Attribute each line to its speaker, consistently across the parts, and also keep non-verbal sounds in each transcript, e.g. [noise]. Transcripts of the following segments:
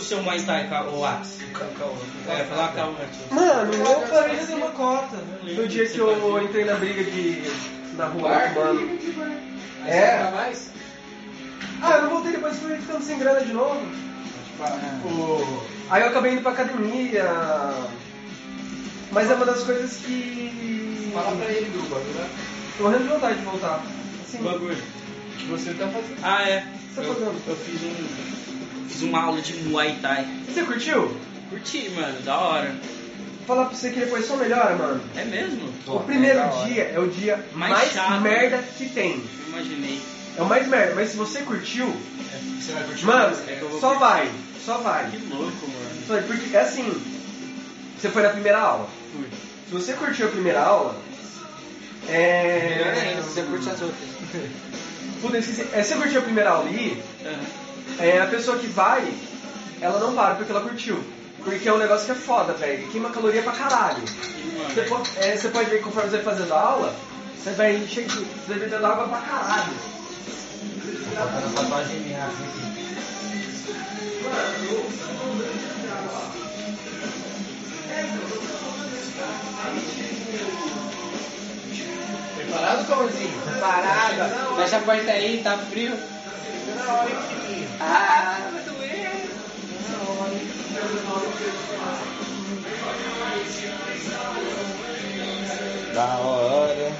Speaker 1: seu Muay Thai ca- ou Axe? É, falar caô antes.
Speaker 2: Mano, eu parei de uma cota.
Speaker 1: lembro
Speaker 2: No dia
Speaker 1: que
Speaker 2: que
Speaker 1: você
Speaker 2: eu
Speaker 1: fazia.
Speaker 2: entrei na briga de. na rua, mano.
Speaker 1: tipo, né?
Speaker 3: É.
Speaker 2: É. Ah, eu não voltei depois fui ficando sem grana de novo. Tipo, Aí eu acabei indo pra academia. Mas é uma das coisas que.
Speaker 3: Fala pra ele, Duba, né?
Speaker 2: Tô morrendo de vontade de voltar. Assim,
Speaker 1: Bagulho.
Speaker 3: Que você tá fazendo.
Speaker 1: Ah, é.
Speaker 2: Você tá
Speaker 1: Eu,
Speaker 2: fazendo?
Speaker 1: eu fiz um. Fiz uma aula de Muay Thai.
Speaker 2: você curtiu?
Speaker 1: Curti, mano, da hora.
Speaker 2: Vou Falar pra você que depois só melhora, mano.
Speaker 1: É mesmo?
Speaker 3: Pô,
Speaker 2: o primeiro
Speaker 3: é da hora.
Speaker 2: dia é o dia
Speaker 1: Mais
Speaker 2: mais,
Speaker 1: chato.
Speaker 2: merda que tem.
Speaker 1: Eu Imaginei.
Speaker 2: É o mais merda, mas se você curtiu,
Speaker 3: Você vai curtir
Speaker 2: mano,
Speaker 1: é que eu vou
Speaker 2: só
Speaker 1: curtir.
Speaker 2: vai, só vai.
Speaker 1: Que louco, mano.
Speaker 2: Foi, Porque é assim, você foi na primeira aula.
Speaker 1: Fui.
Speaker 2: Se você curtiu a primeira aula, é.
Speaker 3: Você curte as outras.
Speaker 2: Puta, eu esqueci. É, se você curtiu a primeira aula ali,
Speaker 1: Aham.
Speaker 2: é, a pessoa que vai, ela não para porque ela curtiu. Porque é um negócio que é foda, velho. Queima caloria pra caralho.
Speaker 1: E,
Speaker 2: Você
Speaker 1: mano,
Speaker 2: pode, é, você pode ver que conforme você vai fazendo a aula, você vai enchendo, você vai bebendo água pra caralho.
Speaker 3: Ela tá tatuagem minha assim. Preparado, Cauãzinho? Preparado. Fecha a porta aí, tá frio. Ah, vai doer. Da hora.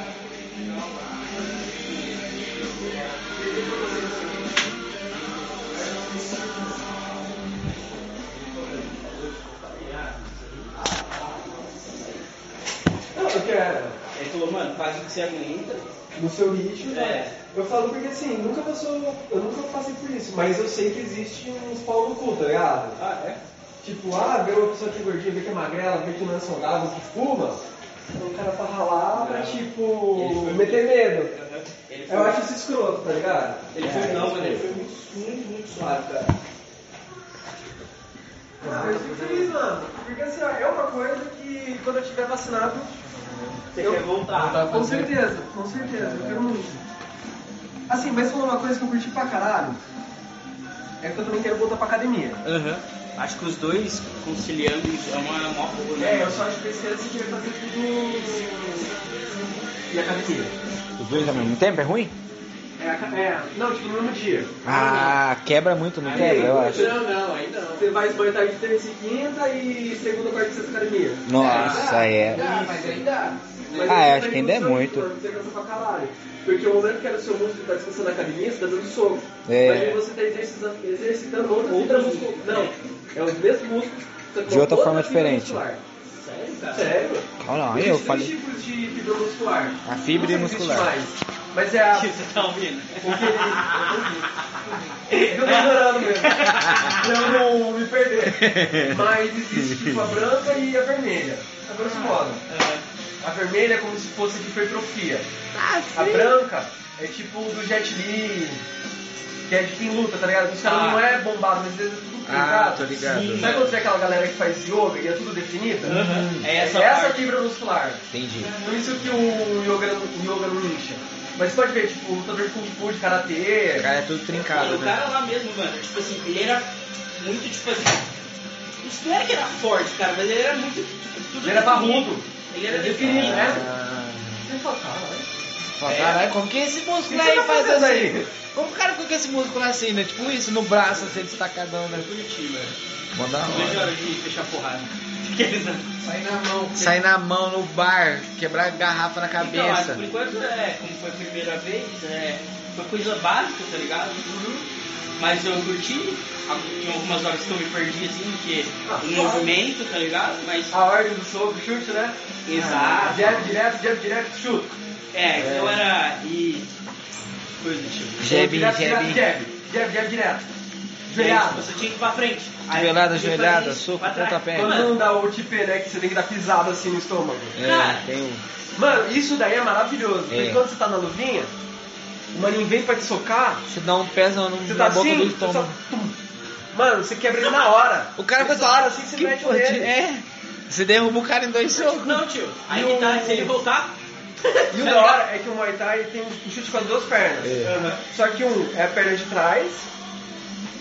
Speaker 2: Não, eu quero.
Speaker 1: ele falou, mano, faz o que você aguenta.
Speaker 2: no seu ritmo.
Speaker 1: É.
Speaker 2: Eu falo porque assim, nunca passou, eu nunca passei por isso, mas eu sei que existe uns pau no cu, tá ligado?
Speaker 1: Ah, é?
Speaker 2: Tipo, ah, vê uma pessoa que é gordinha, vê que é magrela, vê que não é saudável, que fuma, então o cara pra ralar pra,
Speaker 1: Ele
Speaker 2: tipo,
Speaker 1: foi-
Speaker 2: meter medo.
Speaker 1: Aham. Ele foi,
Speaker 2: Eu acho isso escroto, tá ligado?
Speaker 1: ele foi não, mano, ele foi muito, muito, muito suave, cara.
Speaker 2: Ah, eu fico feliz, mano, porque assim, ó, é uma coisa que quando eu tiver vacinado,
Speaker 1: Você
Speaker 2: Eu-
Speaker 1: quer voltar?
Speaker 3: Voltar.
Speaker 2: com certeza, com certeza, eu quero muito. Assim, mas falando uma coisa que eu curti pra caralho, é que eu também quero voltar pra academia.
Speaker 1: Aham. Acho que os dois conciliando é uma, é uma boa, né?
Speaker 2: É, eu só acho que esse ano você devia fazer tudo. E academia.
Speaker 4: Os dois ao mesmo tempo é ruim?
Speaker 2: É, a ca- é, não, tipo, no mesmo dia.
Speaker 4: Ah, quebra muito, não
Speaker 2: Aí,
Speaker 4: quebra, eu
Speaker 2: aí,
Speaker 4: acho.
Speaker 2: Não, não, aí não. Você vai esbanhar de terça e quinta e segunda, quarta e sexta academia.
Speaker 4: Nossa, é.
Speaker 3: Dá, mas ainda.
Speaker 2: Mas aí você
Speaker 4: Ah, eu acho
Speaker 2: tá
Speaker 4: que ainda é
Speaker 2: indo no
Speaker 4: muito.
Speaker 2: soco, mano, Você cansa pra caralho. Porque o momento que era o seu músculo tá descansando na academia, você tá dando soco.
Speaker 4: É.
Speaker 2: Mas aí você tá exercitando, exercitando outra
Speaker 1: Outra
Speaker 2: fibra muscular. Não, é os mesmos músculos. só que tá
Speaker 4: De outra
Speaker 2: fibra
Speaker 4: forma diferente.
Speaker 2: muscular.
Speaker 1: Sério, cara? [laughs]
Speaker 2: Sério?
Speaker 4: Olha,
Speaker 2: Existem
Speaker 4: eu
Speaker 2: dois
Speaker 4: falei.
Speaker 2: tipos de fibra muscular.
Speaker 4: A fibra
Speaker 2: Não sei se existe
Speaker 4: muscular.
Speaker 2: mais, mas é a.
Speaker 4: [laughs]
Speaker 1: Você tá ouvindo?
Speaker 2: Eu tô adorando mesmo. Pra eu não me perder. Mas existe tipo a branca e a vermelha. A grosso modo. A vermelha é como se fosse de hipertrofia. a branca é tipo do Jet Li, que é de quem luta, tá ligado? Os caras
Speaker 1: Ah.
Speaker 2: não é bombado, mas às vezes é tudo
Speaker 4: Ah,
Speaker 2: trincado.
Speaker 4: tô ligado.
Speaker 2: Sabe quando tem aquela galera que faz yoga e é tudo definida?
Speaker 1: Aham. É essa
Speaker 2: é essa
Speaker 1: parte.
Speaker 2: fibra muscular.
Speaker 4: Entendi.
Speaker 2: Por isso que o yoga, o yoga não incha. Mas pode ver, tipo, o lutador de Kung Fu, de Karatê...
Speaker 4: O cara é tudo trincado,
Speaker 1: Mano, o
Speaker 4: né?
Speaker 1: cara lá mesmo, mano, tipo assim, ele era muito, tipo assim. Isso não era que era forte, cara, mas ele era muito. tipo, tudo
Speaker 2: Ele era
Speaker 1: definido.
Speaker 2: barrudo.
Speaker 1: Ele era
Speaker 2: Ele
Speaker 1: definido,
Speaker 2: era-
Speaker 1: né?
Speaker 2: Você fala, caralho, o
Speaker 4: Fala, Ah, Caralho, como que esse
Speaker 2: que
Speaker 4: músculo
Speaker 2: você
Speaker 4: aí
Speaker 2: tá
Speaker 4: faz
Speaker 2: fazendo
Speaker 4: assim?
Speaker 2: aí?
Speaker 4: Como o cara com esse músculo assim, né? Tipo isso, no braço, assim, destacadão, né?
Speaker 1: Curti, velho.
Speaker 4: Mó da
Speaker 1: Veja a
Speaker 4: hora.
Speaker 1: hora de fechar porrada. [laughs] Aqueles, né?
Speaker 3: Sai na mão.
Speaker 4: Sair na mão no bar, quebrar garrafa na
Speaker 1: Então, acho que
Speaker 4: cabeça.
Speaker 1: por enquanto, é, como foi a primeira vez, é, foi coisa básica, tá ligado? Mas eu curti, em algumas horas que eu me perdi, assim, porque
Speaker 2: Ah,
Speaker 1: o
Speaker 2: claro.
Speaker 1: movimento, tá ligado? Mas,
Speaker 2: A ordem do soco, chute, né?
Speaker 1: exato.
Speaker 2: Jab, direto, jab, direto, chute.
Speaker 1: É, então era. E. Coisa do tipo.
Speaker 4: Jab,
Speaker 2: direto,
Speaker 4: jab.
Speaker 2: direto, jab. Jab, jab, direto.
Speaker 1: Gente,
Speaker 2: Joelhada.
Speaker 1: Você tinha que ir pra frente.
Speaker 4: Joelhada,
Speaker 1: você
Speaker 4: joelhada,
Speaker 1: fazia isso,
Speaker 4: soco,
Speaker 1: pra trás.
Speaker 4: pontapé.
Speaker 2: Quando
Speaker 1: Mano,
Speaker 2: não dá o tipê, né, que você tem que dar pisada assim no estômago.
Speaker 4: É, tem um.
Speaker 2: Mano, isso daí é maravilhoso. Porque
Speaker 4: É.
Speaker 2: quando você tá na luvinha, o maninho vem pra te socar,
Speaker 4: Você dá um pezão no-
Speaker 2: você
Speaker 4: na
Speaker 2: tá
Speaker 4: boca do
Speaker 2: assim, você só...
Speaker 4: estômago.
Speaker 2: tum. Mano, você quebra ele na hora.
Speaker 4: O cara
Speaker 2: Ele
Speaker 4: faz
Speaker 2: para assim, você
Speaker 4: que
Speaker 2: mete o
Speaker 4: porra de-
Speaker 2: dedo.
Speaker 4: É. Você derruba o cara em dois socos.
Speaker 1: Não, tio. Aí
Speaker 2: E
Speaker 1: que tá,
Speaker 2: o-
Speaker 1: se ele voltar.
Speaker 2: E [laughs] o da hora é que o Muay Thai tem um chute com as duas pernas.
Speaker 4: É.
Speaker 2: Só que um é a perna de trás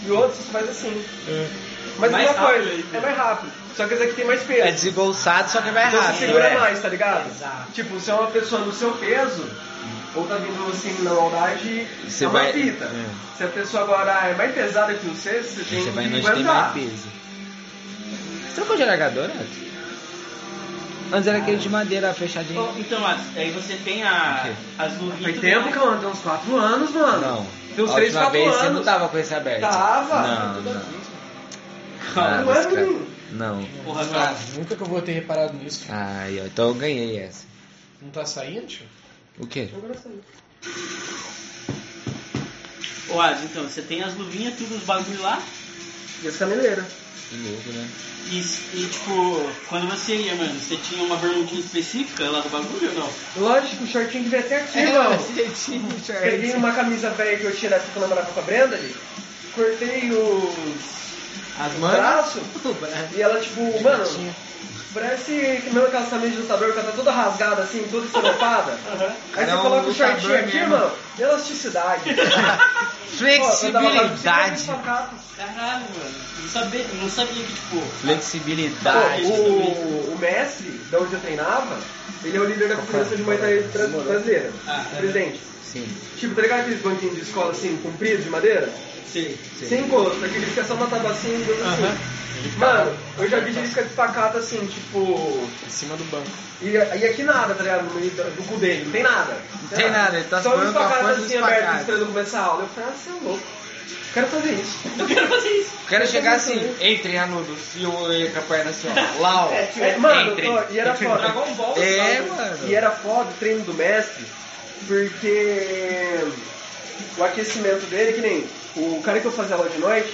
Speaker 2: e o outro você faz assim. Mas
Speaker 1: Mais
Speaker 2: uma coisa,
Speaker 1: rápido ainda.
Speaker 2: é mais rápido. Só que esse aqui tem mais peso.
Speaker 4: É desengolçado, só que vai
Speaker 2: Então
Speaker 4: rápido.
Speaker 2: você segura
Speaker 4: é.
Speaker 2: mais, tá ligado?
Speaker 3: Exato.
Speaker 2: Tipo, se é uma pessoa no seu peso, ou tá vindo assim na maldade,
Speaker 4: Você
Speaker 2: é uma
Speaker 4: vai-
Speaker 2: fita.
Speaker 4: é.
Speaker 2: Se a pessoa agora é mais pesada que você, você tem
Speaker 4: Você vai
Speaker 2: que
Speaker 4: nós tem mais
Speaker 2: aguentar.
Speaker 4: peso. Você trocou de largador antes? Antes era aquele de madeira fechadinho.
Speaker 1: Bom, Então, as- aí você tem a,
Speaker 4: Ok.
Speaker 1: as luvinhas.
Speaker 2: Faz
Speaker 1: tudo
Speaker 2: tempo
Speaker 1: mais.
Speaker 2: que eu ando, tem uns 4 anos, mano.
Speaker 4: Não.
Speaker 2: Tem uns
Speaker 4: A
Speaker 2: 3,
Speaker 4: última
Speaker 2: 4
Speaker 4: vez
Speaker 2: anos.
Speaker 4: você não tava com esse aberto.
Speaker 2: Tava.
Speaker 4: Não,
Speaker 2: Tudo
Speaker 4: não.
Speaker 2: aqui.
Speaker 4: Ah,
Speaker 2: Não é,
Speaker 4: mas, cara,
Speaker 2: menino?
Speaker 4: Não.
Speaker 1: Porra, não.
Speaker 3: Nunca que eu vou ter reparado nisso.
Speaker 4: Ai, ó, então eu ganhei essa.
Speaker 3: Não tá saindo, tio?
Speaker 4: O quê?
Speaker 2: Agora saiu.
Speaker 1: Ô, As, então, você tem as luvinhas, tudo os bagulho lá.
Speaker 2: E as caneleiras.
Speaker 4: Que louco, né?
Speaker 1: E, e, tipo, quando você ia, mano, você tinha uma bermudinha específica lá do bagulho ou não?
Speaker 2: Lógico, o shortinho devia até
Speaker 4: É,
Speaker 2: aqui, mano. Peguei uma camisa velha que eu tinha da época que eu namorava com a Brenda ali. Cortei os
Speaker 4: As
Speaker 2: braços
Speaker 4: [laughs] O braço.
Speaker 2: e ela, tipo, mano, parece que meu calçamento de lutador que ela tá toda rasgada assim, toda
Speaker 4: [laughs]
Speaker 2: estaropada. Aí
Speaker 4: Cara, é
Speaker 2: você
Speaker 4: um
Speaker 2: coloca o
Speaker 4: lutador
Speaker 2: shortinho aqui,
Speaker 4: mesmo.
Speaker 2: mano,
Speaker 4: [laughs]
Speaker 2: elasticidade.
Speaker 4: Flexibilidade.
Speaker 1: Caralho, mano. Não sabia, não sabia que, tipo.
Speaker 4: Flexibilidade.
Speaker 2: Pô, o, o Messi, da onde eu treinava, ele é o líder da Confederação de Muay Thai Bra- Brasileira.
Speaker 1: Ah, é.
Speaker 2: presidente.
Speaker 4: Sim.
Speaker 2: Tipo, tá ligado aqueles banquinhos de escola assim, compridos, de madeira?
Speaker 1: Sei.
Speaker 2: Sem gosto, aquele que fica só uma tabacinha e coisa assim.
Speaker 3: Aham.
Speaker 2: Mano, eu já vi gente ficar despacado assim, tipo.
Speaker 3: Em cima do banco.
Speaker 2: E, e aqui nada, tá ligado? No meio do, do cu dele, não tem nada.
Speaker 4: Não tem nada, ele tá
Speaker 2: Só um
Speaker 4: falando com a
Speaker 2: espacado
Speaker 4: força do
Speaker 2: assim, aberto,
Speaker 4: espacate.
Speaker 2: esperando começar a aula. Eu falei, ah, você é louco. Quero fazer isso.
Speaker 1: Eu quero fazer isso.
Speaker 4: O cara chegar assim, entrem alunos, e eu ia com a perna assim, ó. Lau.
Speaker 2: É, mano,
Speaker 4: Entre.
Speaker 2: ó, e era foda.
Speaker 1: Dragon Ball.
Speaker 4: É,
Speaker 1: sabe?
Speaker 4: mano.
Speaker 2: E era foda o treino do mestre, porque o aquecimento dele, que nem o cara que eu fazia aula de noite,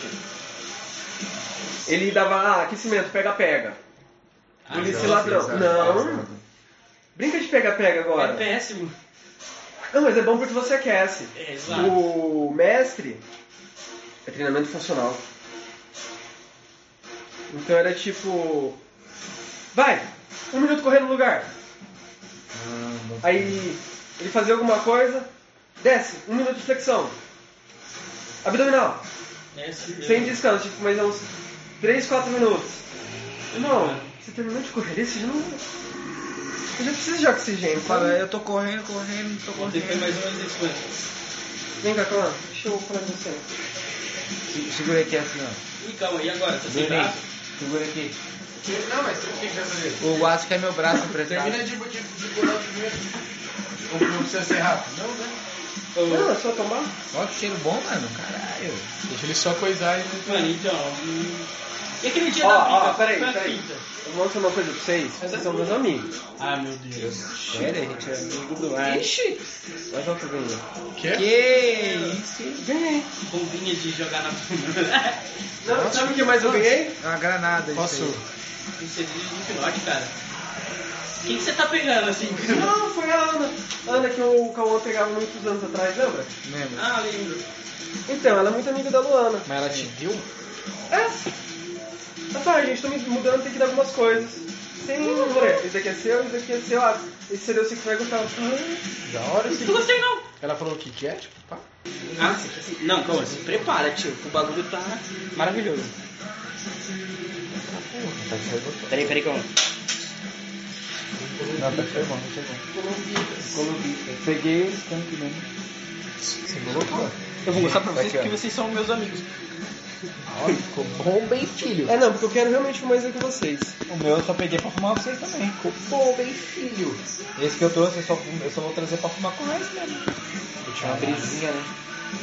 Speaker 2: ele dava ah, aquecimento, pega-pega. Polícia e ladrão. Não. Brinca de
Speaker 1: É
Speaker 2: pega-pega agora.
Speaker 1: péssimo.
Speaker 2: Não, mas é bom porque você aquece.
Speaker 1: É, exato.
Speaker 2: O mestre é treinamento funcional. Então era tipo. Vai! Um minuto correndo no lugar. Aí ele fazia alguma coisa, desce, um minuto de flexão. Abdominal,
Speaker 1: É, sim.
Speaker 2: sem descanso, tipo, mas é uns 3, 4 minutos. Não, você terminou de correr, você já não. Você já precisa de oxigênio,
Speaker 4: Fala,
Speaker 2: sabe?
Speaker 4: eu tô correndo, correndo, tô
Speaker 1: Ontem foi
Speaker 4: correndo.
Speaker 1: mais ou menos isso, mano.
Speaker 2: Vem cá, Clã, deixa eu falar com você.
Speaker 4: Se- Segura aqui assim, ó.
Speaker 1: Ih, calma, e agora? Tá sem
Speaker 4: Beleza.
Speaker 1: braço?
Speaker 4: Segura aqui.
Speaker 3: Não, mas o que que vai fazer?
Speaker 4: O Aço quer meu [laughs] braço emprestado.
Speaker 3: Termina de, de, de bolar o primeiro. Ou não precisa ser rápido? Não, né?
Speaker 2: Não, é só tomar.
Speaker 4: Olha que cheiro bom, mano. Caralho.
Speaker 3: Deixa ele só coisar e não
Speaker 1: Mano, então. hum. E aquele dia
Speaker 2: Ó,
Speaker 1: da pinta?
Speaker 2: ó, peraí,
Speaker 1: Foi a
Speaker 2: peraí.
Speaker 1: pinta.
Speaker 2: Eu vou mostrar uma coisa pra vocês, vocês são meus amigos.
Speaker 1: Ah, meu Deus.
Speaker 4: Sério, a gente é amigo do Aço.
Speaker 2: Mas vamos fazer isso.
Speaker 3: O quê?
Speaker 4: Que isso.
Speaker 2: Ganhei.
Speaker 1: Bombinha de jogar na [laughs]
Speaker 2: Não, sabe o que mais eu ganhei?
Speaker 4: É uma granada isso
Speaker 3: Posso?
Speaker 4: aí.
Speaker 1: Você dirige um filhote, cara. Quem que você tá pegando assim?
Speaker 2: Não, foi a Ana. A Ana que o Cauã pegava muitos anos atrás, lembra?
Speaker 4: Lembra?
Speaker 1: Ah, lembro.
Speaker 2: Então, ela é muito amiga da Luana.
Speaker 4: Mas ela te deu?
Speaker 2: É. Ela fala, "Ah, gente, tô me mudando, tem que dar algumas coisas. Sem André, esse daqui é seu, esse daqui é seu. Ah, esse seria o seu que vai gostar. Ah,
Speaker 3: Da hora,
Speaker 1: Não
Speaker 3: sim.
Speaker 1: gostei não.
Speaker 3: Ela falou o que que é, tipo, pá.
Speaker 1: Ah, sim. Não, calma, se prepara, tio. que O bagulho tá maravilhoso. Peraí, peraí, calma.
Speaker 4: Não, tá foi bom, tá foi bom. Colombica. Peguei esse tanque mesmo.
Speaker 3: Você colocou?
Speaker 1: Eu vou mostrar pra
Speaker 4: Tá
Speaker 1: vocês
Speaker 4: aqui, ó.
Speaker 1: porque vocês são meus amigos.
Speaker 3: Olha, ficou bom bem filho.
Speaker 2: É não, porque eu quero realmente mais do que vocês.
Speaker 4: O meu eu só peguei pra fumar vocês também.
Speaker 3: Ficou bom bem filho.
Speaker 4: Esse que eu trouxe eu só, eu só vou trazer pra fumar com o resto mesmo.
Speaker 3: Eu tinha uma brisinha, né?